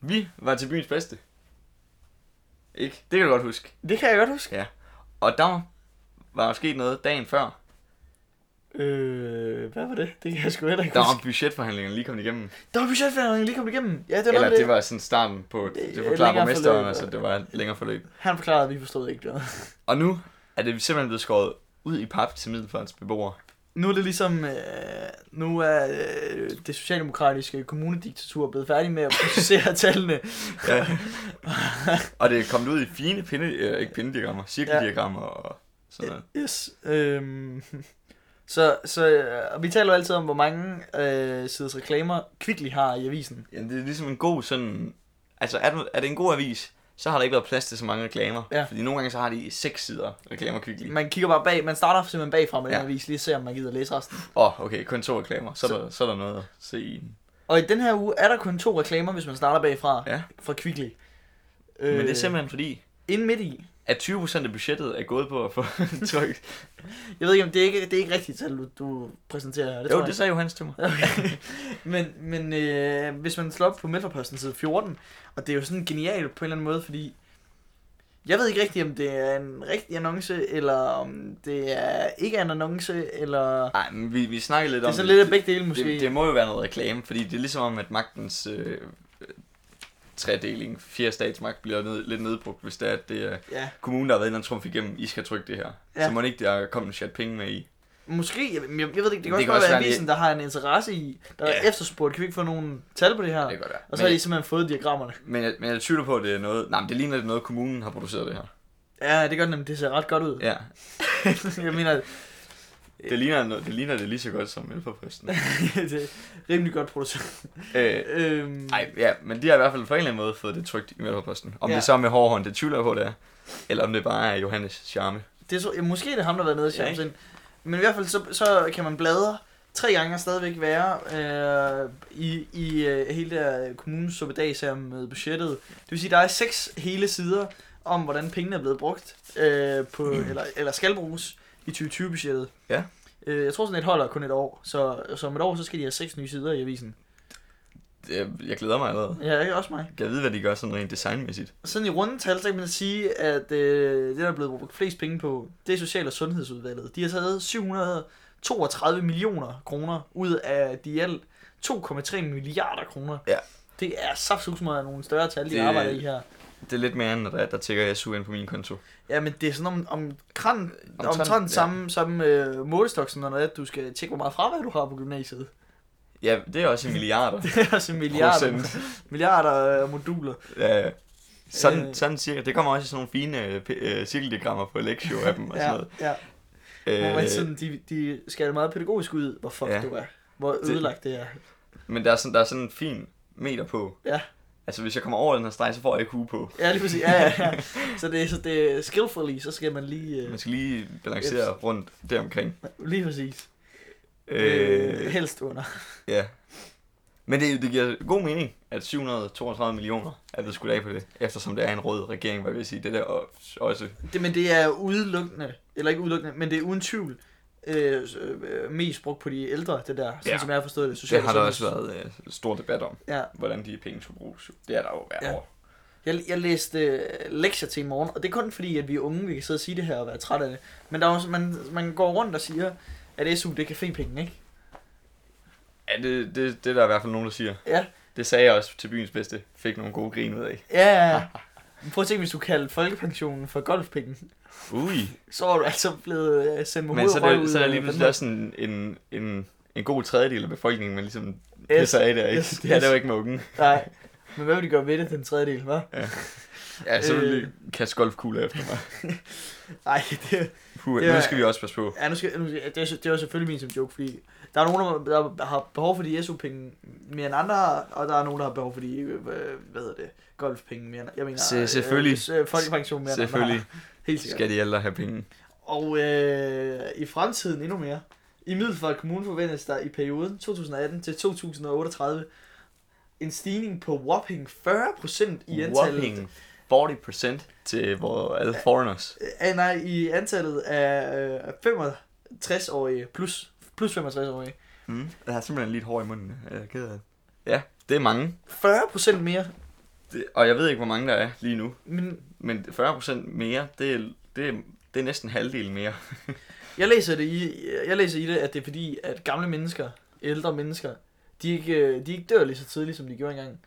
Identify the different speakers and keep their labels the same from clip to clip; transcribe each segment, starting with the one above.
Speaker 1: Vi var til byens bedste. Ikke? Det kan du godt huske.
Speaker 2: Det kan jeg godt huske.
Speaker 1: Ja. Og der var sket noget dagen før.
Speaker 2: Øh, hvad var det? Det kan jeg sgu heller ikke
Speaker 1: Der var
Speaker 2: huske.
Speaker 1: budgetforhandlingerne lige kommet igennem.
Speaker 2: Der var budgetforhandlingen lige kommet igennem. Ja, det var
Speaker 1: Eller
Speaker 2: noget,
Speaker 1: det var sådan starten på, det forklarer
Speaker 2: et længere
Speaker 1: borgmesteren,
Speaker 2: forløb,
Speaker 1: altså
Speaker 2: og-
Speaker 1: det var et længere forløb.
Speaker 2: Han forklarede, at vi forstod ikke noget.
Speaker 1: Og nu er det simpelthen blevet skåret ud i pap til Middelfarts beboere.
Speaker 2: Nu er det ligesom, øh, nu er øh, det socialdemokratiske kommunediktatur blevet færdig med at processere tallene.
Speaker 1: Ja. og det er kommet ud i fine pinde, øh, ikke pindediagrammer, cirkeldiagrammer og sådan noget.
Speaker 2: Yes. Øhm, så så øh, og vi taler jo altid om, hvor mange øh, siders reklamer Kvickly har i avisen.
Speaker 1: Ja, det er ligesom en god sådan... Altså, er, du, er det en god avis, så har der ikke været plads til så mange reklamer.
Speaker 2: Ja.
Speaker 1: Fordi nogle gange så har de seks sider reklamer kvickly.
Speaker 2: Man kigger bare bag, man starter simpelthen bagfra med ja.
Speaker 1: Ja.
Speaker 2: den avis, lige ser om man gider læse resten.
Speaker 1: Åh, oh, okay, kun to reklamer. Så,
Speaker 2: Så-
Speaker 1: så, der, så er der noget at se i. den.
Speaker 2: Og i den her uge er der kun to reklamer, hvis man starter bagfra
Speaker 1: Ja.
Speaker 2: fra Kvickly. Øh,
Speaker 1: Men det er simpelthen fordi,
Speaker 2: Inden midt i.
Speaker 1: at 20% af budgettet er gået på at få trykt.
Speaker 2: Jeg ved ikke, om det er ikke det er ikke rigtigt tal, du, du præsenterer her. Det tror
Speaker 1: Jo,
Speaker 2: jeg.
Speaker 1: det sagde Johannes til mig.
Speaker 2: Okay. men men øh, hvis man slår op på Mælkerposten side 14, og det er jo sådan genialt på en eller anden måde, fordi jeg ved ikke rigtigt, om det er en rigtig annonce, eller om det er ikke en annonce, eller...
Speaker 1: Nej, men vi, vi snakkede lidt
Speaker 2: Det er
Speaker 1: om
Speaker 2: sådan lidt af begge dele måske.
Speaker 1: det, det må jo være noget reklame, fordi det er ligesom om, at magtens øh, øh, tredeling, fjerde statsmagt, bliver ned, lidt nedbrugt, hvis det er, at det er
Speaker 2: Ja,
Speaker 1: kommunen, der har været inde og trumf igennem, I skal trykke det her.
Speaker 2: Ja.
Speaker 1: Ja. Så må det ikke, der er kommet en chat penge med i.
Speaker 2: måske. Jeg, jeg, jeg ved ikke, det kan
Speaker 1: Det
Speaker 2: også
Speaker 1: kan
Speaker 2: godt
Speaker 1: også
Speaker 2: være
Speaker 1: være,
Speaker 2: avisen, der har en interesse i, der er
Speaker 1: Ja.
Speaker 2: efterspurgt. Kan vi ikke få nogle tal på det her?
Speaker 1: Det kan godt være.
Speaker 2: Og så har
Speaker 1: Men-
Speaker 2: de simpelthen fået diagrammerne.
Speaker 1: Men jeg, men jeg tvivler på, at det er noget... Nej, men det ligner, at det er noget, kommunen har produceret det her.
Speaker 2: Ja, det gør nemlig. Det ser ret godt ud.
Speaker 1: Ja.
Speaker 2: jeg mener,
Speaker 1: Det ligner, noget- det ligner det lige så godt som Mælkeforpræsten.
Speaker 2: det er rimelig godt produceret.
Speaker 1: øh,
Speaker 2: Øhm,
Speaker 1: ej, ja, men de har i hvert fald på en eller anden måde fået det trygt i Mælkeforpræsten. Om
Speaker 2: Ja.
Speaker 1: det så er med hård hånd, det tvivler jeg på, det er. Eller om det bare er Johannes charme.
Speaker 2: Det tror, ja, måske er det ham, der har været nede og
Speaker 1: Ja,
Speaker 2: ja, ind. Men i hvert fald, så, så kan man bladre tre gange og stadigvæk være øh, i, i øh, hele der kommunens suppedag her med budgettet. Det vil sige, der er seks hele sider om, hvordan pengene er blevet brugt, øh, på, mm. eller, eller skal bruges i 2020-budgettet.
Speaker 1: Ja.
Speaker 2: Øh, jeg tror sådan, et holder kun et år, så, så om et år, så skal de have seks nye sider i avisen.
Speaker 1: Det- Jeg glæder mig allerede.
Speaker 2: Ja, ikke også mig.
Speaker 1: Kan jeg vide, hvad de gør sådan rent designmæssigt?
Speaker 2: Sådan i runde tal, så kan man sige, at øh, det, der er blevet brugt flest penge på, det er Social- og Sundhedsudvalget. De har taget 732 millioner kroner ud af de i alt 2,3 milliarder kroner.
Speaker 1: Ja.
Speaker 2: Det er saftsusmeret nogle større tal, de
Speaker 1: Det-
Speaker 2: arbejder i her.
Speaker 1: Det er lidt mere end, når der, er- der tækker SU ind på min konto.
Speaker 2: Ja, men det er sådan om, om kran,
Speaker 1: Omtrent,
Speaker 2: omtrent
Speaker 1: ja.
Speaker 2: samme, samme øh, målestok, som når det er, at du skal tjekke, hvor meget fravær du har på gymnasiet.
Speaker 1: Ja, det er også i milliarder.
Speaker 2: Det er altså milliarder,
Speaker 1: Procent.
Speaker 2: milliarder af moduler.
Speaker 1: Ja, sådan,
Speaker 2: Øh.
Speaker 1: øh. sådan cirka. Det kommer også i sådan nogle fine øh, p- øh, cirkeldiagrammer på Lexio af dem og sådan
Speaker 2: Ja,
Speaker 1: noget.
Speaker 2: ja. Hvor man
Speaker 1: Øh,
Speaker 2: sådan, de, de skal meget pædagogisk ud, hvor fuck
Speaker 1: Ja.
Speaker 2: du er. Hvor ødelagt det er.
Speaker 1: men der er, sådan, der er sådan en fin meter på.
Speaker 2: Ja.
Speaker 1: Altså, hvis jeg kommer over den her streg, så får jeg ikke hue på.
Speaker 2: Ja, lige præcis. Ja, ja, ja. Så det, så det er skillfully, så skal man lige... Øh,
Speaker 1: Man skal lige balancere rundt deromkring.
Speaker 2: lige præcis. Øh,
Speaker 1: Øh,
Speaker 2: helst under.
Speaker 1: ja. Men det, det giver god mening, at 732 millioner er blevet skudt af på det. Eftersom det er en rød regering, hvad vil jeg sige. Det der og- også
Speaker 2: Det, men det er udelukkende, eller ikke udelukkende, men det er uden tvivl øh, så, øh, mest brugt på de ældre, det der, sådan
Speaker 1: Ja.
Speaker 2: som jeg har forstået det.
Speaker 1: Det
Speaker 2: sociale
Speaker 1: har der også
Speaker 2: sundheds-
Speaker 1: været øh, stor debat om,
Speaker 2: Ja.
Speaker 1: hvordan de penge skulle bruges. Det er der jo hver
Speaker 2: Ja.
Speaker 1: ja. år.
Speaker 2: Jeg, jeg læste øh, lektier til i morgen, og det er kun fordi, at vi er unge, vi kan sidde og sige det her og være trætte af det. Men der er også, man, man går rundt og siger, at SU, det er cafépenge, ikke?
Speaker 1: Ja, det, det, det er der i hvert fald nogen, der siger.
Speaker 2: Ja.
Speaker 1: Det sagde jeg også til byens bedste. Fik nogle gode grin ud af.
Speaker 2: Ja, ja, ja. Men Prøv at tænke, hvis du kaldte folkepensionen for golfpenge,
Speaker 1: Ui.
Speaker 2: så var du altså blevet øh, sendt med
Speaker 1: Men
Speaker 2: hoved
Speaker 1: så
Speaker 2: og
Speaker 1: er
Speaker 2: røv ud
Speaker 1: det, så er
Speaker 2: af
Speaker 1: der lige pludselig
Speaker 2: Danmark.
Speaker 1: også en, en, en, en god tredjedel af befolkningen, man ligesom
Speaker 2: Yes,
Speaker 1: pisser af der, ikke?
Speaker 2: yes,
Speaker 1: Yes, det her,
Speaker 2: yes.
Speaker 1: det er jo ikke med unge.
Speaker 2: Nej, men hvad vil de gøre ved det, den tredje del, hva'?
Speaker 1: Ja, så vil de
Speaker 2: Øh.
Speaker 1: kaste golfkugler efter mig.
Speaker 2: Nej, det,
Speaker 1: Puh,
Speaker 2: Det er-
Speaker 1: nu skal vi også passe på.
Speaker 2: ja, nu skal, nu skal, det, er, det er jo selvfølgelig min som joke, fordi der er nogen, der, der har behov for de SU-penge mere end andre, og der er nogen, der har behov for de, øh, hvad hedder det, golfpenge mere end Jeg mener,
Speaker 1: Se- selvfølgelig.
Speaker 2: Øh, øh, folkepension mere end
Speaker 1: Selvfølgelig
Speaker 2: andre. Helt sikkert.
Speaker 1: skal de ældre have penge.
Speaker 2: Og øh, i fremtiden endnu mere. I Middelfart Kommune forventes der i perioden 2018 til 2038 en stigning på whopping 40% i antallet
Speaker 1: Whopping 40% til vores alle foreigners.
Speaker 2: Ah, nej, i antallet af øh, 65-årige plus, plus 65-årige.
Speaker 1: Mm. Jeg har simpelthen lidt hår i munden. Jeg er ked af det. Ja, det er mange.
Speaker 2: 40% mere
Speaker 1: Det, og jeg ved ikke, hvor mange der er lige nu,
Speaker 2: Men
Speaker 1: men 40% mere, det er, det, er, det er næsten halvdelen mere.
Speaker 2: jeg læser, det i, jeg læser i det, at det er fordi, at gamle mennesker, ældre mennesker, de ikke, øh, de ikke dør lige så tidligt, som de gjorde engang.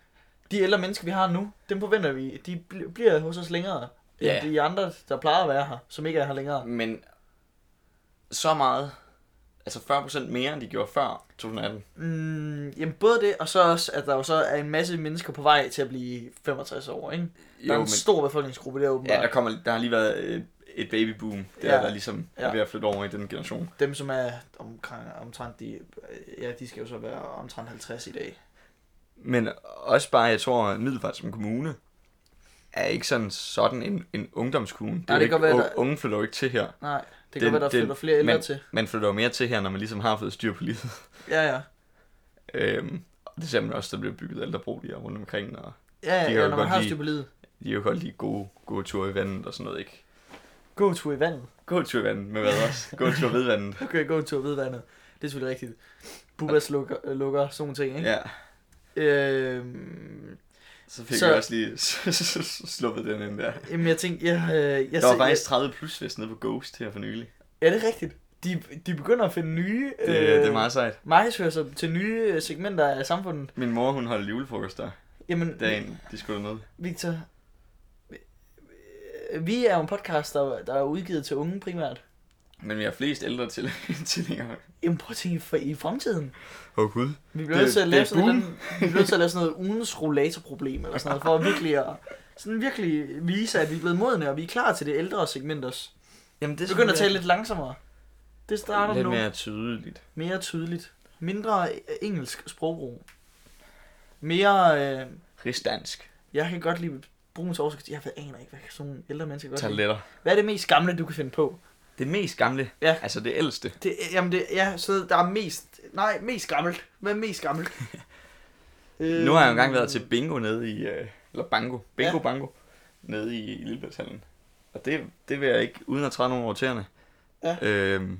Speaker 2: De ældre mennesker, vi har nu, dem forventer vi, de bl- bliver hos os længere, end
Speaker 1: Ja.
Speaker 2: de andre, der plejer at være her, som ikke er her længere.
Speaker 1: Men så meget, altså 40% mere, end de gjorde før 2018.
Speaker 2: Mm, jamen både det, og så også, at der jo så er en masse mennesker på vej til at blive 65 år, ikke? Der er
Speaker 1: Jo,
Speaker 2: en
Speaker 1: men-
Speaker 2: stor befolkningsgruppe der åbenbart.
Speaker 1: Ja, der, kommer, der har lige været øh, et babyboom, der,
Speaker 2: Ja.
Speaker 1: ja. der ligesom
Speaker 2: Ja.
Speaker 1: er ved at flytte over i den generation.
Speaker 2: Dem, som er omkring, omtrent de, ja, de skal jo så være omtrent 50 i dag.
Speaker 1: Men også bare, jeg tror, at Middelfart som kommune er ikke sådan, sådan en, en ungdomskommune. Det
Speaker 2: Nej,
Speaker 1: er
Speaker 2: det
Speaker 1: jo
Speaker 2: kan
Speaker 1: ikke,
Speaker 2: godt være, der-
Speaker 1: unge flytter jo ikke til her.
Speaker 2: Nej, det
Speaker 1: Den-
Speaker 2: kan være, der
Speaker 1: den-
Speaker 2: flytter flere ældre
Speaker 1: men-
Speaker 2: til.
Speaker 1: Man flytter jo mere til her, når man ligesom har fået styr på livet.
Speaker 2: Ja, ja.
Speaker 1: Øhm, og det ser man også, der bliver bygget ældreboliger rundt omkring, og
Speaker 2: Ja,
Speaker 1: kan
Speaker 2: ja,
Speaker 1: jo
Speaker 2: ja når man
Speaker 1: godt
Speaker 2: har
Speaker 1: lide-
Speaker 2: styr på livet.
Speaker 1: de er jo godt lige gode, gode ture i vandet og sådan noget, ikke?
Speaker 2: God tur i vandet.
Speaker 1: God tur i vandet med hvad også? God tur ved vandet.
Speaker 2: Okay, god tur ved vandet. Det er selvfølgelig rigtigt. Bubas lukker, øh, lukker sådan nogle ting, ikke?
Speaker 1: Ja,
Speaker 2: Øhm,
Speaker 1: så fik
Speaker 2: Så-
Speaker 1: så... jeg også lige sluppet den ind der.
Speaker 2: jamen, jeg tænkte, jeg, øh, jeg,
Speaker 1: Der var
Speaker 2: se-
Speaker 1: faktisk 30 plus fest nede på Ghost her for nylig.
Speaker 2: Ja, det er rigtigt. De, de begynder at finde nye
Speaker 1: Det, øh... det er meget sejt.
Speaker 2: markedsførelser til nye øh, segmenter af samfundet.
Speaker 1: Min mor, hun holdt julefrokost der
Speaker 2: Jamen,
Speaker 1: dagen, de skulle dernede.
Speaker 2: Victor, øh, vi er jo en podcast, der, der er udgivet til unge primært.
Speaker 1: Men vi har flest ældre til tilhængere.
Speaker 2: Jamen prøv at tænke for, i fremtiden.
Speaker 1: Åh oh, gud.
Speaker 2: Vi bliver
Speaker 1: Det-
Speaker 2: nødt til at
Speaker 1: det
Speaker 2: lave
Speaker 1: er
Speaker 2: sådan, et
Speaker 1: boom.
Speaker 2: eller andet- vi bliver nødt til at lave sådan noget ugens rollatorproblem eller sådan noget, for at virkelig at sådan virkelig vise, at vi er blevet modne, og vi er klar til det ældre segment også.
Speaker 1: Jamen det
Speaker 2: Vi begynder at tale lidt langsommere. Det starter
Speaker 1: lidt
Speaker 2: nu
Speaker 1: mere tydeligt.
Speaker 2: mere tydeligt. Mindre øh, engelsk sprogbrug. Mere, øh,
Speaker 1: Rigsdansk.
Speaker 2: jeg kan godt lide brugens overskrift. Jeg ved aner ikke, hvad sådan nogle ældre mennesker godt lide.
Speaker 1: Toiletter.
Speaker 2: Hvad er det mest gamle, du kan finde på?
Speaker 1: Det mest gamle.
Speaker 2: Ja.
Speaker 1: Altså det ældste.
Speaker 2: Det, øh, jamen det, ja, så der er mest, nej, mest gammelt. Hvad er mest gammelt? øh,
Speaker 1: Nu har jeg jo engang været til bingo nede i, øh, eller bango, bingo
Speaker 2: Ja.
Speaker 1: bango, nede i, i Lillebæltshallen. Og det, det vil jeg ikke, uden at træde nogen over tæerne.
Speaker 2: Ja.
Speaker 1: Øhm,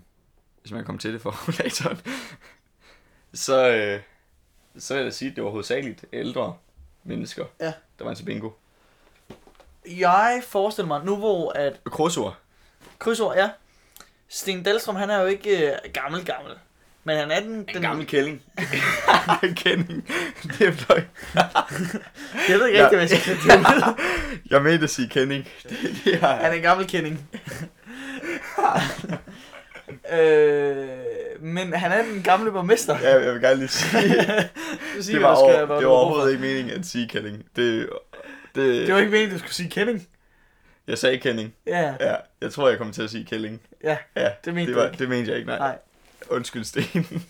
Speaker 1: hvis man kommer til det for rollatoren. så, øh, så vil jeg da sige, at det var hovedsageligt ældre mennesker,
Speaker 2: Ja.
Speaker 1: der var til bingo.
Speaker 2: Jeg forestiller mig, nu hvor at
Speaker 1: Krogsord.
Speaker 2: krydsord er, Sten Dahlstrøm, han er jo ikke øh, gammel gammel. Men han er den,
Speaker 1: Den
Speaker 2: den
Speaker 1: gamle kælling. Kælling. Det er fløj.
Speaker 2: Jeg ved ikke rigtig, hvad jeg skal sige.
Speaker 1: Jeg mente at sige kending. Det, det
Speaker 2: Han
Speaker 1: er,
Speaker 2: er en gammel kending. øh, men han er den gamle borgmester.
Speaker 1: ja, jeg vil gerne lige sige,
Speaker 2: Du siger,
Speaker 1: det var,
Speaker 2: hvad der
Speaker 1: over,
Speaker 2: sker, hvad
Speaker 1: det
Speaker 2: du
Speaker 1: var
Speaker 2: råber.
Speaker 1: overhovedet ikke meningen at sige kending. Det, det,
Speaker 2: Det var ikke meningen, du skulle sige kending.
Speaker 1: Jeg sagde kending.
Speaker 2: Ja,
Speaker 1: Ja, jeg tror, jeg kom til at sige kælling.
Speaker 2: ja.
Speaker 1: Ja,
Speaker 2: Det mente
Speaker 1: det,
Speaker 2: du
Speaker 1: var,
Speaker 2: ikke.
Speaker 1: det mente jeg ikke, nej.
Speaker 2: Nej.
Speaker 1: Undskyld, Sten.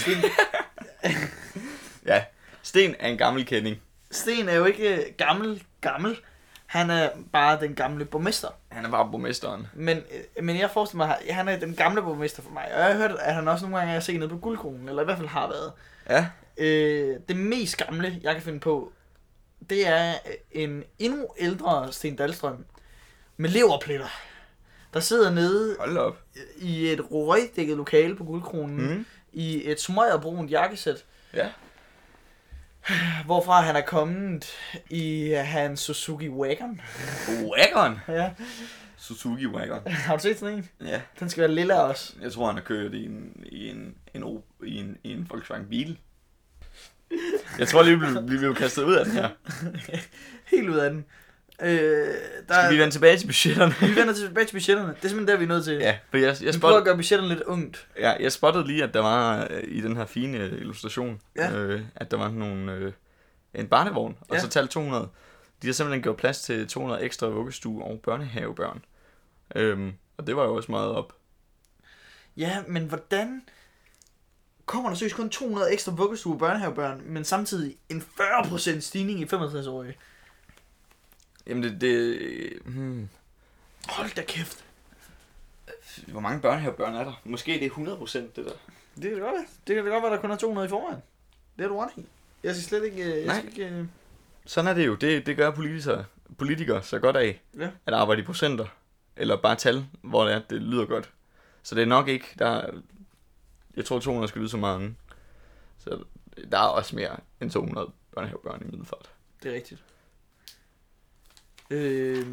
Speaker 2: Sten,
Speaker 1: ja, Sten er en gammel kending.
Speaker 2: Sten er jo ikke øh, gammel, gammel. Han er bare den gamle borgmester.
Speaker 1: Han er bare borgmesteren.
Speaker 2: Men, øh, men jeg forestiller mig, at han er den gamle borgmester for mig. Og jeg har hørt, at han også nogle gange er set nede på guldkronen, eller i hvert fald har været.
Speaker 1: Ja.
Speaker 2: Øh, det mest gamle, jeg kan finde på, det er øh, en endnu ældre Sten Dahlstrøm med leverpletter, der sidder nede
Speaker 1: Hold da op.
Speaker 2: i et røgdækket lokale på guldkronen, mm.
Speaker 1: Mm.
Speaker 2: i et smøgerbrunt jakkesæt,
Speaker 1: Ja.
Speaker 2: hvorfra han er kommet i øh, hans Suzuki Wagon.
Speaker 1: Wagon.
Speaker 2: Ja.
Speaker 1: Suzuki Wagon.
Speaker 2: Har du set sådan en?
Speaker 1: Ja.
Speaker 2: Den skal være lilla også.
Speaker 1: Jeg tror, han har kørt i en, i en, en, o- i en, i en Volkswagen bil. Jeg tror lige, vi blev, vi blev kastet ud af den her.
Speaker 2: Helt ud af den. Øh, der
Speaker 1: Skal vi vende tilbage til budgetterne?
Speaker 2: vi vender tilbage til budgetterne. Det er simpelthen der, vi er nødt til.
Speaker 1: Ja, for jeg, jeg,
Speaker 2: vi prøver
Speaker 1: spot,
Speaker 2: at gøre budgetterne lidt ungt.
Speaker 1: ja, jeg spottede lige, at der var øh, i den her fine øh, illustration,
Speaker 2: Ja.
Speaker 1: ja. øh, at der var sådan nogle, øh, en barnevogn, og
Speaker 2: Ja.
Speaker 1: ja. så tal 200. De har simpelthen gjort plads til 200 ekstra vuggestue- og børnehavebørn. Øhm, og det var jo også meget op.
Speaker 2: Ja, men hvordan kommer der seriøst kun 200 ekstra vuggestue og børnehavebørn, men samtidig en 40% stigning i 65-årige?
Speaker 1: Jamen det, det hmm.
Speaker 2: Hold da kæft.
Speaker 1: Hvor mange børnehavebørn er der? Måske det er 100 procent, det der.
Speaker 2: Det kan det godt være. Det kan det godt være, der kun er 200 i forvejen. Det er du ret i. Jeg skal slet ikke... øh, Jeg
Speaker 1: Nej.
Speaker 2: skal ikke øh,
Speaker 1: Sådan er det jo. Det, det gør politikere, politikere så godt af,
Speaker 2: Ja.
Speaker 1: at arbejde i procenter. Eller bare tal, hvor det, er, det lyder godt. Så det er nok ikke, der er- Jeg tror 200 skal lyde så mange. Så der er også mere end 200 børnehavebørn i middelfart.
Speaker 2: det er rigtigt. Øh,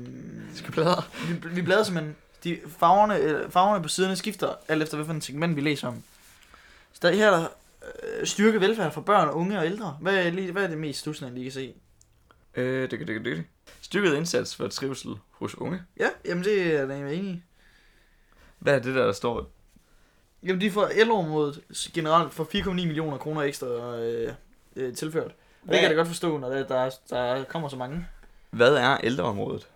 Speaker 1: Skal bladre.
Speaker 2: vi, vi bladrer simpelthen. De farverne, øh, farverne på siderne skifter alt efter, hvilken segment vi læser om. Så der, her er der øh, styrke velfærd for børn, unge og ældre. Hvad er, lige, hvad er det mest stussende, lige kan se?
Speaker 1: Øh, det, det, det. Styrket indsats for trivsel hos unge.
Speaker 2: Ja, jamen det er jeg da enig i.
Speaker 1: Hvad er det der, der står?
Speaker 2: Jamen de får ældreområdet generelt for 4,9 millioner kroner ekstra øh, øh, tilført. Og det kan jeg da godt forstå, når der, der, der kommer så mange.
Speaker 1: Hvad er ældreområdet?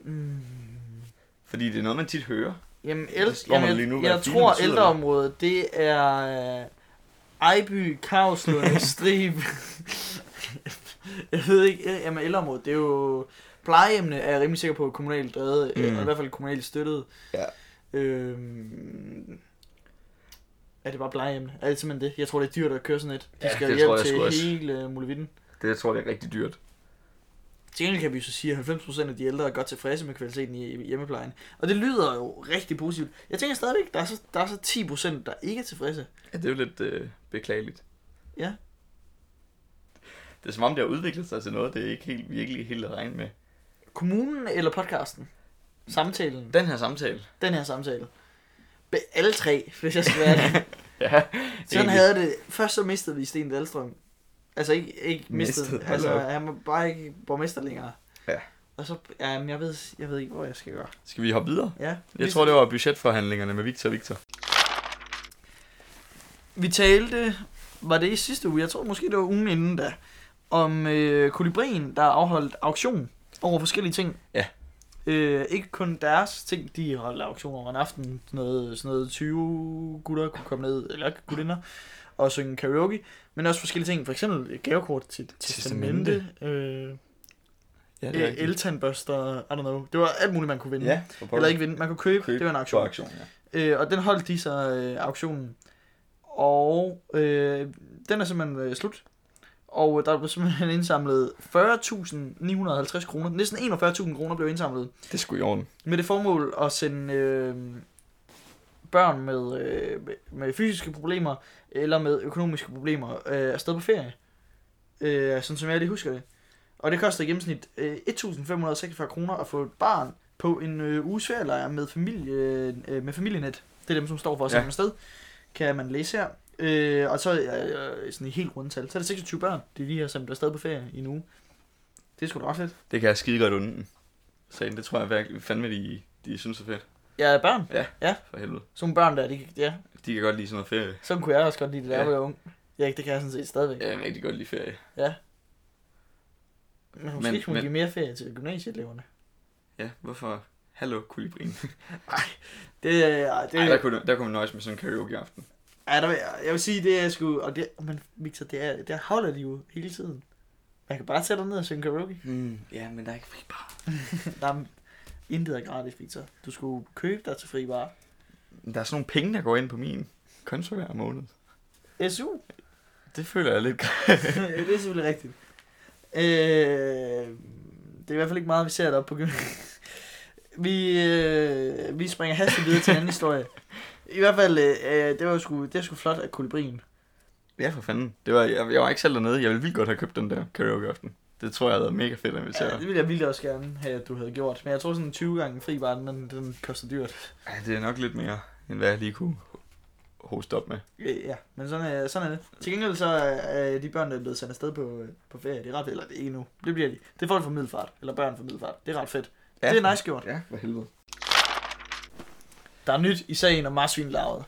Speaker 2: Mm.
Speaker 1: Fordi det er noget, man tit hører.
Speaker 2: Jamen,
Speaker 1: Det
Speaker 2: el-
Speaker 1: slår mig
Speaker 2: jamen
Speaker 1: lige nu,
Speaker 2: jeg,
Speaker 1: hvad
Speaker 2: jeg
Speaker 1: filen
Speaker 2: tror
Speaker 1: betyder,
Speaker 2: ældreområdet, det er øh, Ejby, Kavslunde, Strib. jeg ved ikke, øh, jamen ældreområdet, det er jo... Plejehjemmene er jeg rimelig sikker på er kommunalt drevet, mm.
Speaker 1: Mm.
Speaker 2: eller i hvert fald kommunalt støttet.
Speaker 1: Ja.
Speaker 2: Øhm, er det bare plejehjemmene? Er det simpelthen det? Jeg tror, det er dyrt at køre sådan et. De
Speaker 1: Ja,
Speaker 2: skal
Speaker 1: det
Speaker 2: hjem
Speaker 1: tror jeg
Speaker 2: til
Speaker 1: sgu også.
Speaker 2: hele uh, muligheden.
Speaker 1: Det jeg tror jeg er rigtig dyrt.
Speaker 2: Til gengæld kan vi jo så sige, at 90% af de ældre er godt tilfredse med kvaliteten i i hjemmeplejen. Og det lyder jo rigtig positivt. Jeg tænker stadigvæk, der er så, der er så 10% der ikke er tilfredse.
Speaker 1: Ja, det er jo lidt øh, beklageligt.
Speaker 2: Ja.
Speaker 1: Det er som om, det har udviklet sig til noget, det er ikke helt, virkelig helt at regne med.
Speaker 2: Kommunen eller podcasten? Samtalen.
Speaker 1: Den her samtale.
Speaker 2: Den her samtale. Be- alle tre, hvis jeg skal være det.
Speaker 1: Ja,
Speaker 2: Sådan
Speaker 1: egentlig.
Speaker 2: havde det. Først så mistede vi Sten Dahlstrøm. Altså ikke, ikke mistet.
Speaker 1: Mistet,
Speaker 2: mistet
Speaker 1: hold
Speaker 2: altså,
Speaker 1: op.
Speaker 2: han var bare ikke borgmester længere.
Speaker 1: Ja.
Speaker 2: Og så, jamen, jeg ved, jeg ved ikke, hvor jeg skal gøre.
Speaker 1: Skal vi hoppe videre?
Speaker 2: Ja.
Speaker 1: Jeg tror, det var budgetforhandlingerne med Victor og Victor.
Speaker 2: Vi talte, var det i sidste uge, jeg tror måske det var ugen inden da, om øh, kolibrien, der afholdt auktion over forskellige ting.
Speaker 1: Ja.
Speaker 2: Øh, ikke kun deres ting, de holdt auktion over en aften. Sådan noget, sådan noget 20 gutter kunne komme ned, eller gutinder, og synge karaoke. Men også forskellige ting, for eksempel et gavekort til testamente, øh,
Speaker 1: Ja,
Speaker 2: eltandbørster, I don't know. Det var alt muligt, man kunne vinde.
Speaker 1: Ja, for pokker.
Speaker 2: Eller ikke vinde, man kunne købe, købe. det var en auktion.
Speaker 1: På aktion, ja.
Speaker 2: Øh, og den holdt de så øh, auktionen. Og øh, den er simpelthen øh, slut. Og øh, der blev simpelthen indsamlet 40.950 kroner. Næsten 41.000 kroner blev indsamlet.
Speaker 1: Det skulle i orden.
Speaker 2: Med det formål at sende øh, børn med, øh, med- med fysiske problemer eller med økonomiske problemer øh, afsted på ferie. Øh, sådan som jeg lige husker det. Og det koster i gennemsnit øh, 1.546 kroner at få et barn på en øh, uges ferielejr med, familie, øh, med familienet. Det er dem, som står for at
Speaker 1: Ja.
Speaker 2: sende ja. sted, kan man læse her. Øh, og så øh, øh, sådan i helt rundtal, så er det 26 børn, de lige har sendt afsted på ferie i en uge. Det er sgu da også fedt.
Speaker 1: Det kan jeg skide godt unde. Så det tror jeg virkelig fandme, de, de synes er fedt.
Speaker 2: Jeg er børn.
Speaker 1: For helvede.
Speaker 2: Sådan nogle børn der, de, ja,
Speaker 1: De kan godt lide sådan noget ferie.
Speaker 2: Sådan kunne jeg også godt lide det, da
Speaker 1: Ja.
Speaker 2: jeg var ung. Ja, det kan jeg sådan set stadigvæk.
Speaker 1: Jeg kan rigtig godt lide ferie.
Speaker 2: Men måske
Speaker 1: Men-
Speaker 2: men, skulle
Speaker 1: men-
Speaker 2: man give mere ferie til gymnasieeleverne.
Speaker 1: Ja, hvorfor? Hallo, kolibrien.
Speaker 2: Det, er- det,
Speaker 1: Det... Ej, der kunne, der kunne man nøjes med sådan en karaoke-aften.
Speaker 2: ja, der, vil jeg- jeg vil sige, det er sgu... Og det, men Victor, det, er, det holder de jo hele tiden. Man kan bare tage dig ned og synge karaoke.
Speaker 1: Mm, ja, men der er ikke fri bar.
Speaker 2: Der er intet er gratis, Victor. Du skulle købe dig til fri bar.
Speaker 1: Der er sådan nogle penge, der går ind på min konto hver måned.
Speaker 2: SU.
Speaker 1: Det føler jeg lidt.
Speaker 2: Ja, det er selvfølgelig rigtigt. Øh, det er i hvert fald ikke meget, vi ser deroppe på gym- vi, øh, vi springer hastigt videre til en anden historie. I hvert fald, øh, det var sgu, det var sgu flot af kolibrien.
Speaker 1: Ja, for fanden. Det var, jeg, jeg var ikke selv dernede. Jeg ville vildt godt have købt den der karaoke-aften. Det tror jeg havde været mega fedt, at
Speaker 2: Ja,
Speaker 1: invitere.
Speaker 2: det ville jeg vildt også gerne have, at du havde gjort. Men jeg tror sådan 20 gange fri bar, den, den koster dyrt.
Speaker 1: Ja, det er nok lidt mere, end hvad jeg lige kunne hoste op med.
Speaker 2: Øh, Ja, men sådan er, sådan er det. Til gengæld så er øh, de børn, der er blevet sendt afsted på, øh, på ferie, det er ret fedt. Eller det er ikke nu. Det bliver de. Det er folk fra middelfart. Eller børn fra middelfart. Det er ret fedt. Ja. Det er nice gjort.
Speaker 1: Ja, for helvede.
Speaker 2: Der er nyt i sagen om marsvinlarvet.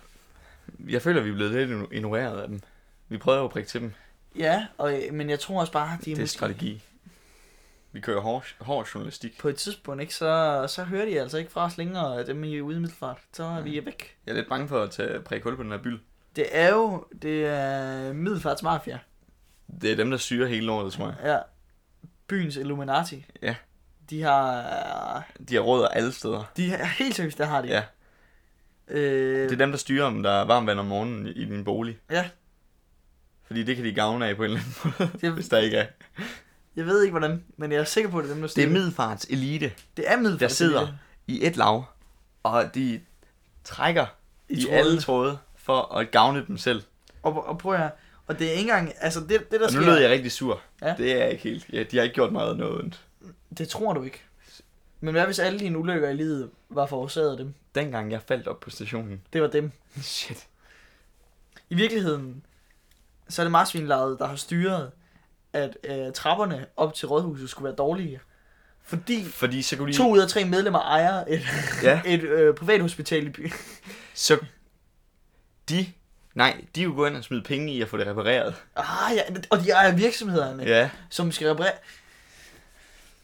Speaker 1: Jeg føler, vi er blevet lidt ignoreret af dem. Vi prøver jo at prikke til dem.
Speaker 2: Ja, og, øh, men jeg tror også bare, at de
Speaker 1: Det
Speaker 2: er
Speaker 1: er
Speaker 2: måske-
Speaker 1: strategi. Vi kører hård, hård journalistik.
Speaker 2: på et tidspunkt, ikke, så, så hører de altså ikke fra os længere, dem i ude i middelfart. Så er vi væk.
Speaker 1: Jeg er lidt bange for at tage prikke hul på den her byld.
Speaker 2: Det er jo, det er middelfarts mafia.
Speaker 1: Det er dem, der syrer hele året, tror jeg.
Speaker 2: Ja. Byens Illuminati.
Speaker 1: Ja.
Speaker 2: De har,
Speaker 1: De har råder alle steder.
Speaker 2: de har, helt seriøst, der har de.
Speaker 1: Ja.
Speaker 2: Øh,
Speaker 1: Det er dem, der styrer, om der er varmt vand om morgenen i din bolig.
Speaker 2: Ja.
Speaker 1: Fordi det kan de gavne af på en eller anden måde,
Speaker 2: Det-
Speaker 1: hvis der ikke er.
Speaker 2: jeg ved ikke hvordan, men jeg er sikker på, at det er dem, der
Speaker 1: Det er
Speaker 2: styrer
Speaker 1: middelfarts elite,
Speaker 2: det er middelfart.
Speaker 1: der sidder i et lav, og de trækker
Speaker 2: I
Speaker 1: i, i
Speaker 2: trådene.
Speaker 1: alle tråde for at gavne dem selv.
Speaker 2: Og, og prøv at høre, Og det er ikke engang, altså det, det der
Speaker 1: Og nu
Speaker 2: sker,
Speaker 1: lød jeg rigtig sur.
Speaker 2: Ja.
Speaker 1: Ja. Det er jeg ikke helt. Ja, de har ikke gjort meget noget ondt.
Speaker 2: det tror du ikke. Men hvad hvis alle dine ulykker i livet var forårsaget af dem?
Speaker 1: Dengang jeg faldt op på stationen.
Speaker 2: Det var dem.
Speaker 1: Shit.
Speaker 2: I virkeligheden, så er det marsvinlejet, der har styret, at øh, trapperne op til rådhuset skulle være dårlige. Fordi
Speaker 1: Fordi så kunne de...
Speaker 2: to ud af tre medlemmer ejer et,
Speaker 1: Ja,
Speaker 2: et øh, privathospital i byen.
Speaker 1: så... De... Nej, de er jo gået ind og smidt penge i at få det repareret.
Speaker 2: Ah, ja, og de ejer virksomhederne, ja.
Speaker 1: Ja.
Speaker 2: som skal reparere.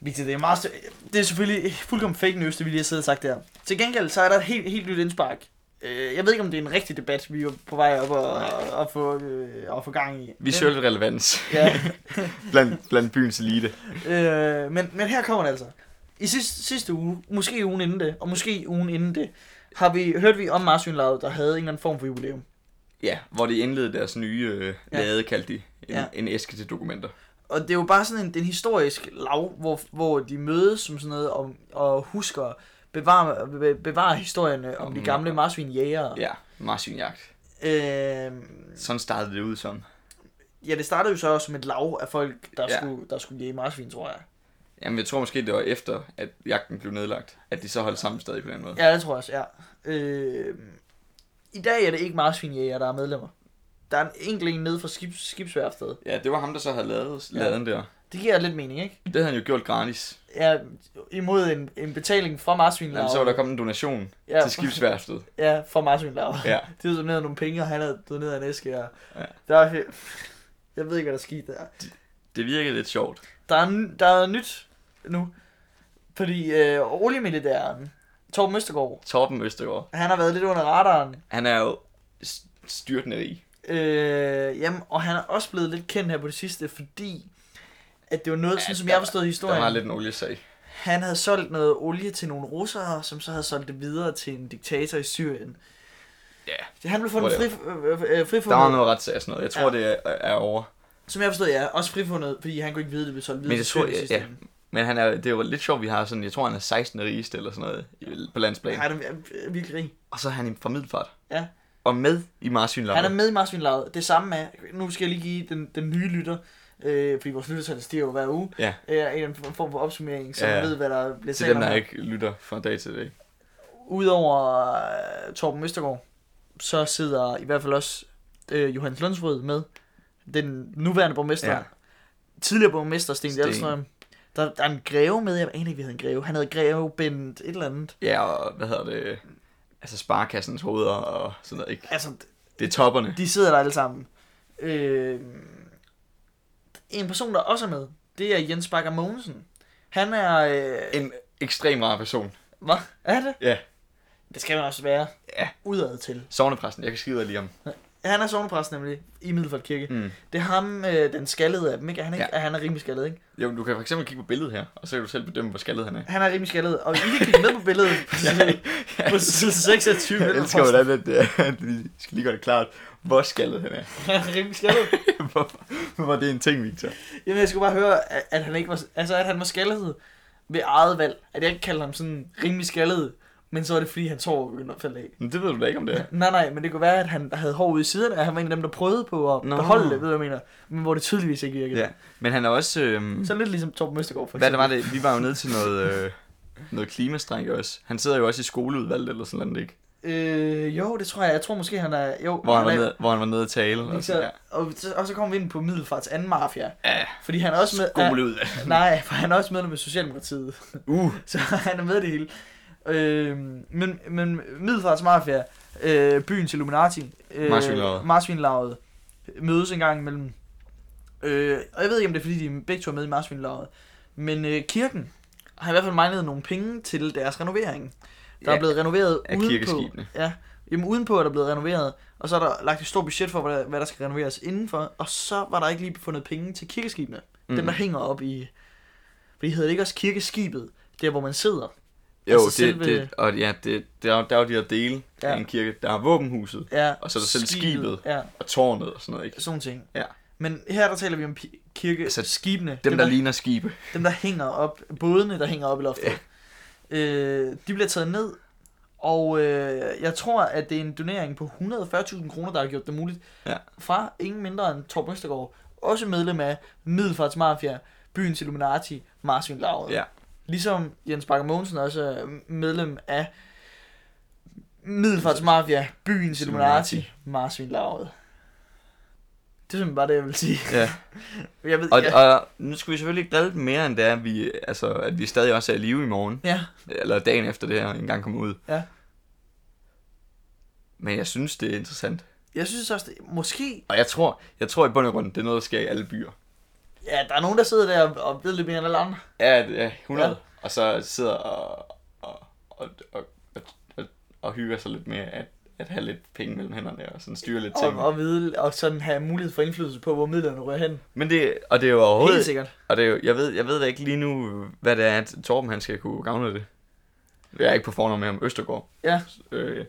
Speaker 2: Victor, det er meget stø- Det er selvfølgelig fuldkommen fake news, det vi lige har siddet og sagt der. Til gengæld, så er der et helt, helt nyt indspark. Øh, Jeg ved ikke, om det er en rigtig debat, vi er jo på vej op og, og, få, øh, og få gang i.
Speaker 1: Vi
Speaker 2: Men-
Speaker 1: søger lidt relevans
Speaker 2: Ja.
Speaker 1: blandt, blandt byens elite.
Speaker 2: Øh, men, men her kommer det altså. I sidste, sidste uge, måske ugen inden det, og måske ugen inden det, har vi, hørte vi om Marsvinlaget, der havde en eller anden form for jubilæum.
Speaker 1: Ja, hvor de indledte deres nye øh,
Speaker 2: Ja.
Speaker 1: lade, kaldte de. En,
Speaker 2: Ja.
Speaker 1: ja. en æske til dokumenter.
Speaker 2: Og det er jo bare sådan en, det er en historisk lav, hvor, hvor de mødes som sådan noget og, og husker bevare, be- bevare historierne om de
Speaker 1: Om-
Speaker 2: gamle marsvinjægere.
Speaker 1: Ja, marsvinjagt.
Speaker 2: Ja. Øh,
Speaker 1: Sådan startede det ud som.
Speaker 2: ja, det startede jo så også som et lav af folk, der, ja.
Speaker 1: Ja.
Speaker 2: skulle, der skulle jæge marsvin, tror jeg.
Speaker 1: Jamen, jeg tror måske, det var efter, at jagten blev nedlagt, at de så holdt sammen stadig på den måde.
Speaker 2: Ja, det tror jeg også, ja. Øh, I dag er det ikke marsvinjægere, der er medlemmer. Der er en enkelt en nede fra skib, skibsværftet.
Speaker 1: Ja, det var ham, der så havde lavet
Speaker 2: Ja.
Speaker 1: laden der.
Speaker 2: Det giver lidt mening, ikke?
Speaker 1: Det havde han jo gjort gratis.
Speaker 2: Ja, imod en, en betaling fra marsvinlaget.
Speaker 1: Jamen, så var der kommet en donation
Speaker 2: ja,
Speaker 1: til skibsværftet.
Speaker 2: Ja, fra marsvinlaget.
Speaker 1: Ja.
Speaker 2: De havde doneret nogle penge, og han havde doneret en æske. Og ja.
Speaker 1: Ja.
Speaker 2: Der er, jeg ved ikke, hvad der skete der.
Speaker 1: Det virkede lidt sjovt.
Speaker 2: Der er, n- der er nyt nu. Fordi øh, oliemilliardæren, Torben Østergaard,
Speaker 1: Torben Østergaard,
Speaker 2: han har været lidt under radaren.
Speaker 1: han er jo s- styrtende rig.
Speaker 2: Øh, jamen, og han er også blevet lidt kendt her på det sidste, fordi at det var noget, ja,
Speaker 1: Ja,
Speaker 2: sådan som
Speaker 1: der
Speaker 2: jeg
Speaker 1: var-
Speaker 2: forstod
Speaker 1: Der var
Speaker 2: historien.
Speaker 1: lidt en oliesag.
Speaker 2: Han havde solgt noget olie til nogle russere, som så havde solgt det videre til en diktator i Syrien.
Speaker 1: Ja,
Speaker 2: Han blev fundet fri, øh, øh,
Speaker 1: der var
Speaker 2: frifundet,
Speaker 1: noget ret og sådan noget. Jeg tror,
Speaker 2: Ja.
Speaker 1: ja. det er, er over.
Speaker 2: som jeg forstod, ja, også frifundet, fordi han kunne ikke vide, det blev solgt videre
Speaker 1: Men jeg
Speaker 2: til
Speaker 1: tror,
Speaker 2: Syrien i
Speaker 1: ja,
Speaker 2: sidste
Speaker 1: ja.
Speaker 2: ende.
Speaker 1: Men han er, det er jo lidt sjovt, vi har sådan, jeg tror, han er 16. rigeste eller sådan noget i- på landsplan.
Speaker 2: Han er vir- virkelig rig.
Speaker 1: Og så er han fra Middelfart.
Speaker 2: Ja.
Speaker 1: Og med i Marsvinlaget.
Speaker 2: Han er med i Marsvinlaget. Det samme med, nu skal jeg lige give den, den nye lytter, øh, fordi vores lyttertal stiger jo hver uge,
Speaker 1: Ja.
Speaker 2: øh, en eller anden form for opsummering, så
Speaker 1: Ja,
Speaker 2: ja.
Speaker 1: ja.
Speaker 2: man ved, hvad der bliver
Speaker 1: Til
Speaker 2: sagt
Speaker 1: dem,
Speaker 2: om
Speaker 1: der
Speaker 2: ham.
Speaker 1: ikke lytter fra dag til dag.
Speaker 2: Udover øh, Torben Østergaard, så sidder i hvert fald også øh, Johannes Lundsrød med, den nuværende borgmester. Ja.
Speaker 1: Ja.
Speaker 2: Tidligere borgmester, Sten
Speaker 1: Steen.
Speaker 2: Dahlstrøm. Der, der er en greve med, jeg aner ikke, vi havde en greve. Han havde greve Bent et eller andet.
Speaker 1: Ja, og hvad hedder det? Altså sparekassens hoveder og sådan noget, ikke?
Speaker 2: Altså,
Speaker 1: Det er topperne.
Speaker 2: de sidder der alle sammen. Øh, en person, der også er med, det er Jens Bakker Mogensen. Han er... Øh,
Speaker 1: En ekstrem rar person.
Speaker 2: hvad? Er det?
Speaker 1: Ja.
Speaker 2: Det skal man også være
Speaker 1: Ja.
Speaker 2: udad til.
Speaker 1: Sovnepræsten, jeg kan skide lige om.
Speaker 2: Han er sovnepræst nemlig i Middelfart Kirke.
Speaker 1: Mm.
Speaker 2: Det er ham, øh, den skaldede af dem, ikke? Er Han, ikke? Ja. han er rimelig skaldet, ikke?
Speaker 1: Jo, du kan for eksempel kigge på billedet her, og så kan du selv bedømme, hvor skaldet han er.
Speaker 2: Han er rimelig skaldet, og I kan kigge med på billedet på side- på side 26.
Speaker 1: Jeg elsker, hvordan at, øh, at vi skal lige gøre det klart, hvor skaldet han er.
Speaker 2: Han er rimelig skaldet.
Speaker 1: Hvorfor var det en ting, Victor?
Speaker 2: Jamen, jeg skulle bare høre, at- at han ikke var, altså, at han var skaldet ved eget valg. At jeg ikke kaldte ham sådan rimelig skaldet, men så var det fordi, hans hår begyndte at falde af.
Speaker 1: Men det ved du da ikke, om det er.
Speaker 2: Nej, nej, men det kunne være, at han havde hår ude i siderne, og han var en af dem, der prøvede på at
Speaker 1: Nå.
Speaker 2: beholde det, ved du, hvad jeg mener. Men hvor det tydeligvis ikke virkede.
Speaker 1: Ja. Men han er også... Øhm,
Speaker 2: Så lidt ligesom Torben Østergaard, for
Speaker 1: hvad det
Speaker 2: eksempel.
Speaker 1: var det? Vi var jo nede til noget, øh, noget klimastræk også. Han sidder jo også i skoleudvalget eller sådan noget, ikke?
Speaker 2: Øh, jo, det tror jeg. Jeg tror måske, han er... Jo,
Speaker 1: Hvor han, var
Speaker 2: er-
Speaker 1: nede, hvor han var nede at tale.
Speaker 2: Ikke
Speaker 1: Og
Speaker 2: så,
Speaker 1: sådan, ja.
Speaker 2: og, så, og så kommer vi ind på Middelfarts anden mafia.
Speaker 1: Ja,
Speaker 2: Fordi han er også med... er,
Speaker 1: skoleudvalget.
Speaker 2: nej, for han er også medlem af Socialdemokratiet.
Speaker 1: Uh,
Speaker 2: Så han er med i det hele. Øh, men, men Middelfarts mafia, øh, byens Illuminati, øh,
Speaker 1: Marsvinlaget.
Speaker 2: Marsvinlaget, mødes en gang imellem. Øh, og jeg ved ikke, om det er, fordi de begge to er med i Marsvinlaget. Men øh, kirken har i hvert fald manglet nogle penge til deres renovering. Der ja, er
Speaker 1: Ja,
Speaker 2: blevet renoveret
Speaker 1: af
Speaker 2: udenpå.
Speaker 1: kirkeskibene.
Speaker 2: Ja, jamen udenpå er der blevet renoveret, og så er der lagt et stort budget for, hvad der, hvad der skal renoveres indenfor, og så var der ikke lige fundet penge til kirkeskibene. Mm. Dem,
Speaker 1: Mm.
Speaker 2: der hænger op i... Fordi hedder det ikke også kirkeskibet, der hvor man sidder?
Speaker 1: jo,
Speaker 2: Altså
Speaker 1: det,
Speaker 2: selve-
Speaker 1: det, og ja, det, der, er jo- der er jo de her dele
Speaker 2: Ja.
Speaker 1: ja. af en kirke. Der er våbenhuset
Speaker 2: Ja,
Speaker 1: Og så er der selv skibet.
Speaker 2: Ja,
Speaker 1: og tårnet og sådan noget, ikke?
Speaker 2: sådan nogle ting.
Speaker 1: Ja.
Speaker 2: Men her der taler vi om pi- kirke, altså,
Speaker 1: Altså,
Speaker 2: skibene,
Speaker 1: Dem, der, der ligner skibe.
Speaker 2: dem, der hænger op, bådene, der hænger op i loftet. Ja. Øh, de bliver taget ned, Og øh, jeg tror, at det er en donering på 140.000 kroner, der har gjort det muligt.
Speaker 1: Ja.
Speaker 2: Fra ingen mindre end Torben Østergaard, også medlem af Middelfarts Mafia, byens Illuminati, Marsvin Lauret.
Speaker 1: Ja.
Speaker 2: Ligesom Jens Bakker Mogensen også er medlem af Middelfarts Mafia, byens Illuminati, Marsvin Lauret. Det er simpelthen bare det, jeg vil sige.
Speaker 1: Ja.
Speaker 2: Jeg ved,
Speaker 1: Og,
Speaker 2: jeg,
Speaker 1: og nu skal vi selvfølgelig ikke drille dem mere, end det er, at vi, altså, at vi stadig også er i live i morgen.
Speaker 2: ja.
Speaker 1: Eller dagen efter det her engang kommer ud.
Speaker 2: Ja.
Speaker 1: Men jeg synes, det er interessant.
Speaker 2: jeg synes også, det, måske,
Speaker 1: Og jeg tror, jeg tror i bund og grund, det er noget, der sker i alle byer.
Speaker 2: ja, der er nogen, der sidder der og, og ved lidt mere end alle andre.
Speaker 1: Ja, det er 100.
Speaker 2: Ja.
Speaker 1: Ja. Og så sidder og, og, og, og, og, og, og hygger sig lidt med at, at have lidt penge mellem hænderne og sådan styre lidt ting.
Speaker 2: Og, og, vide, og sådan have mulighed for indflydelse på, hvor midlerne rører hen.
Speaker 1: Men det, og det er jo
Speaker 2: Helt
Speaker 1: overhovedet...
Speaker 2: sikkert.
Speaker 1: Og det er jo, jeg ved, jeg ved da ikke lige nu, hvad det er, at Torben han skal kunne gavne af det. Jeg er ikke på fornavn med ham, Østergaard.
Speaker 2: Ja.
Speaker 1: Øh,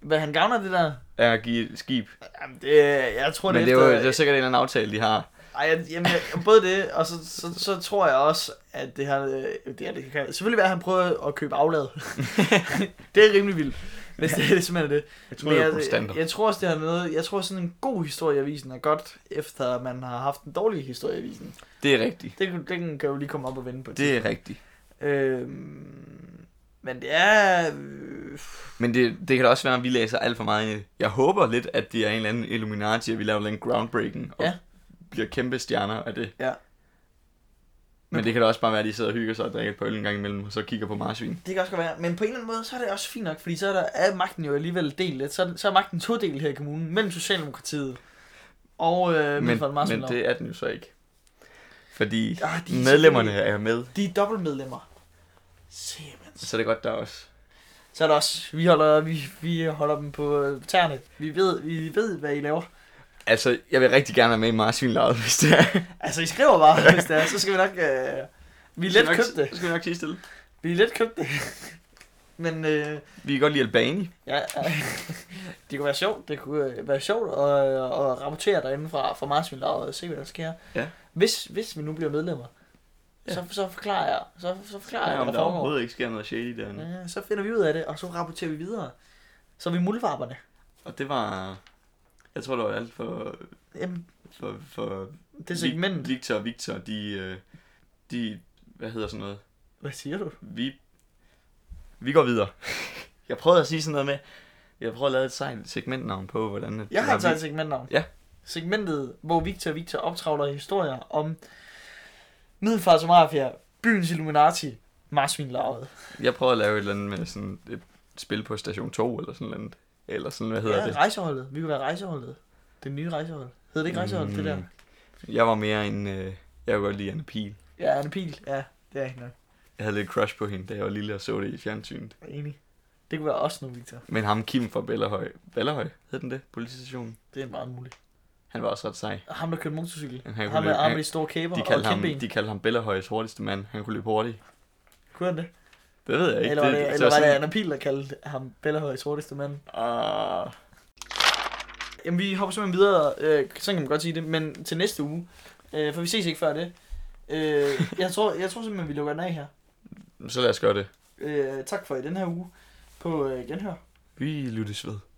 Speaker 2: Hvad han gavner det der?
Speaker 1: er at give et skib.
Speaker 2: Jamen, det, jeg tror,
Speaker 1: Men det er
Speaker 2: efter...
Speaker 1: jo det er sikkert en eller anden aftale, de har.
Speaker 2: Ej, jeg- jamen, jeg- både det, og så, så, så tror jeg også, at det her... øh, Det, her, det kan selvfølgelig være, at han prøver at købe aflad. det er rimelig vildt, hvis det, det simpelthen er det.
Speaker 1: Jeg tror,
Speaker 2: Men
Speaker 1: det er
Speaker 2: jeg,
Speaker 1: protestanter.
Speaker 2: jeg, jeg tror også, det har noget... Jeg tror, sådan en god historie i avisen er godt, efter man har haft en dårlig historie i avisen.
Speaker 1: Det er rigtigt.
Speaker 2: Det, kan- den kan jo lige komme op og vende på. et
Speaker 1: Det er rigtigt.
Speaker 2: tidspunkt. Øhm, men det er... Øh,
Speaker 1: Men det, det kan da også være, at vi læser alt for meget ind i det. Jeg håber lidt, at det er en eller anden Illuminati, og vi laver en groundbreaking, og
Speaker 2: Ja.
Speaker 1: ja. bliver kæmpe stjerner af det.
Speaker 2: Ja.
Speaker 1: Men det kan da også bare være, at de sidder og hygger sig og drikker på øl en gang imellem, og så kigger på marsvin.
Speaker 2: Det kan også godt være, men på en eller anden måde, så er det også fint nok, fordi så er, der, er magten jo alligevel delt lidt. Så, er- så er magten todelt her i kommunen, mellem Socialdemokratiet og øh,
Speaker 1: men,
Speaker 2: Middelfart
Speaker 1: men
Speaker 2: Marsenlov. Det...
Speaker 1: det er den jo så ikke. Fordi
Speaker 2: Ah, de er
Speaker 1: medlemmerne er med,
Speaker 2: De er dobbeltmedlemmer. Simpelthen.
Speaker 1: så er det godt, der er også.
Speaker 2: Så er det også, vi holder, vi, vi holder dem på øh, tæerne. Vi ved, vi ved, hvad I laver.
Speaker 1: Altså, jeg vil rigtig gerne være med i marsvinlaget, hvis det er.
Speaker 2: Altså, I skriver bare, hvis det er, så skal vi nok... Øh, vi er
Speaker 1: Skal
Speaker 2: let
Speaker 1: nok-
Speaker 2: købte.
Speaker 1: Skal vi nok sige stille.
Speaker 2: Vi er let købte. men øh,
Speaker 1: Vi kan godt lide Albani.
Speaker 2: ja, øh, det kunne være sjovt. Det kunne øh, være sjovt at, at rapportere derinde fra, fra Marsvindler og se, hvad der sker.
Speaker 1: Ja.
Speaker 2: Hvis, hvis vi nu bliver medlemmer, ja.
Speaker 1: Ja.
Speaker 2: så, så forklarer jeg, så, så forklarer
Speaker 1: Ja,
Speaker 2: jeg,
Speaker 1: om
Speaker 2: hvad
Speaker 1: der
Speaker 2: der foregår.
Speaker 1: overhovedet ikke sker noget shady derinde.
Speaker 2: Ja, så finder vi ud af det, og så rapporterer vi videre. Så er vi muldvarperne.
Speaker 1: Og det var... Jeg tror, det var alt for...
Speaker 2: Jamen,
Speaker 1: for, for
Speaker 2: det segment.
Speaker 1: Vi- Victor og Victor, de... øh, De... Hvad hedder sådan noget?
Speaker 2: Hvad siger du?
Speaker 1: Vi... Vi går videre. Jeg prøvede at sige sådan noget med... Jeg prøvede at lave et sejt segmentnavn på, hvordan... at-
Speaker 2: Jeg har
Speaker 1: Eller
Speaker 2: taget
Speaker 1: vi-
Speaker 2: et segmentnavn.
Speaker 1: Ja.
Speaker 2: Segmentet, hvor Victor og Victor optravler historier om Middelfarts Mafia, byens Illuminati, Marsvinlarvet.
Speaker 1: Jeg prøvede at lave et eller andet med sådan... Et spil på station 2 eller sådan noget. Eller sådan, hvad hedder
Speaker 2: ja,
Speaker 1: det?
Speaker 2: rejseholdet. Vi kunne være rejseholdet. Det nye rejsehold. Hedder det ikke rejseholdet, mm. det der?
Speaker 1: Jeg var mere en... Øh, jeg kunne godt lide Anne Pihl.
Speaker 2: Ja, Anne Pil. Ja, det er hende.
Speaker 1: Jeg havde lidt crush på hende, da jeg var lille og så det i fjernsynet.
Speaker 2: Enig. Det kunne være os nu, Victor.
Speaker 1: Men ham Kim fra Bellerhøj. Bellerhøj hed den det? Politistationen.
Speaker 2: Det er meget muligt.
Speaker 1: Han var også ret sej.
Speaker 2: Og ham, der kørte motorcykel.
Speaker 1: Han kunne
Speaker 2: Ham med
Speaker 1: løbe-
Speaker 2: arme
Speaker 1: han-
Speaker 2: i store kæber
Speaker 1: De
Speaker 2: og
Speaker 1: kaldte, ham,
Speaker 2: kæmpe en.
Speaker 1: de kaldte ham Bellerhøjs hurtigste mand. Han kunne løbe hurtigt.
Speaker 2: Kunne han det?
Speaker 1: Det ved jeg ikke.
Speaker 2: Eller var det,
Speaker 1: så
Speaker 2: eller var det
Speaker 1: sådan-
Speaker 2: Anna Pil, der kaldte ham Bellahøjs hurtigste mand?
Speaker 1: Ah,
Speaker 2: Jamen, vi hopper simpelthen videre. Øh, sådan kan man godt sige det. Men til næste uge. Øh, for vi ses ikke før det. Øh, jeg, tror, jeg tror simpelthen, vi lukker den af her.
Speaker 1: så lad os gøre det.
Speaker 2: Øh, tak for i den her uge. På øh, genhør.
Speaker 1: Vi lyttes ved.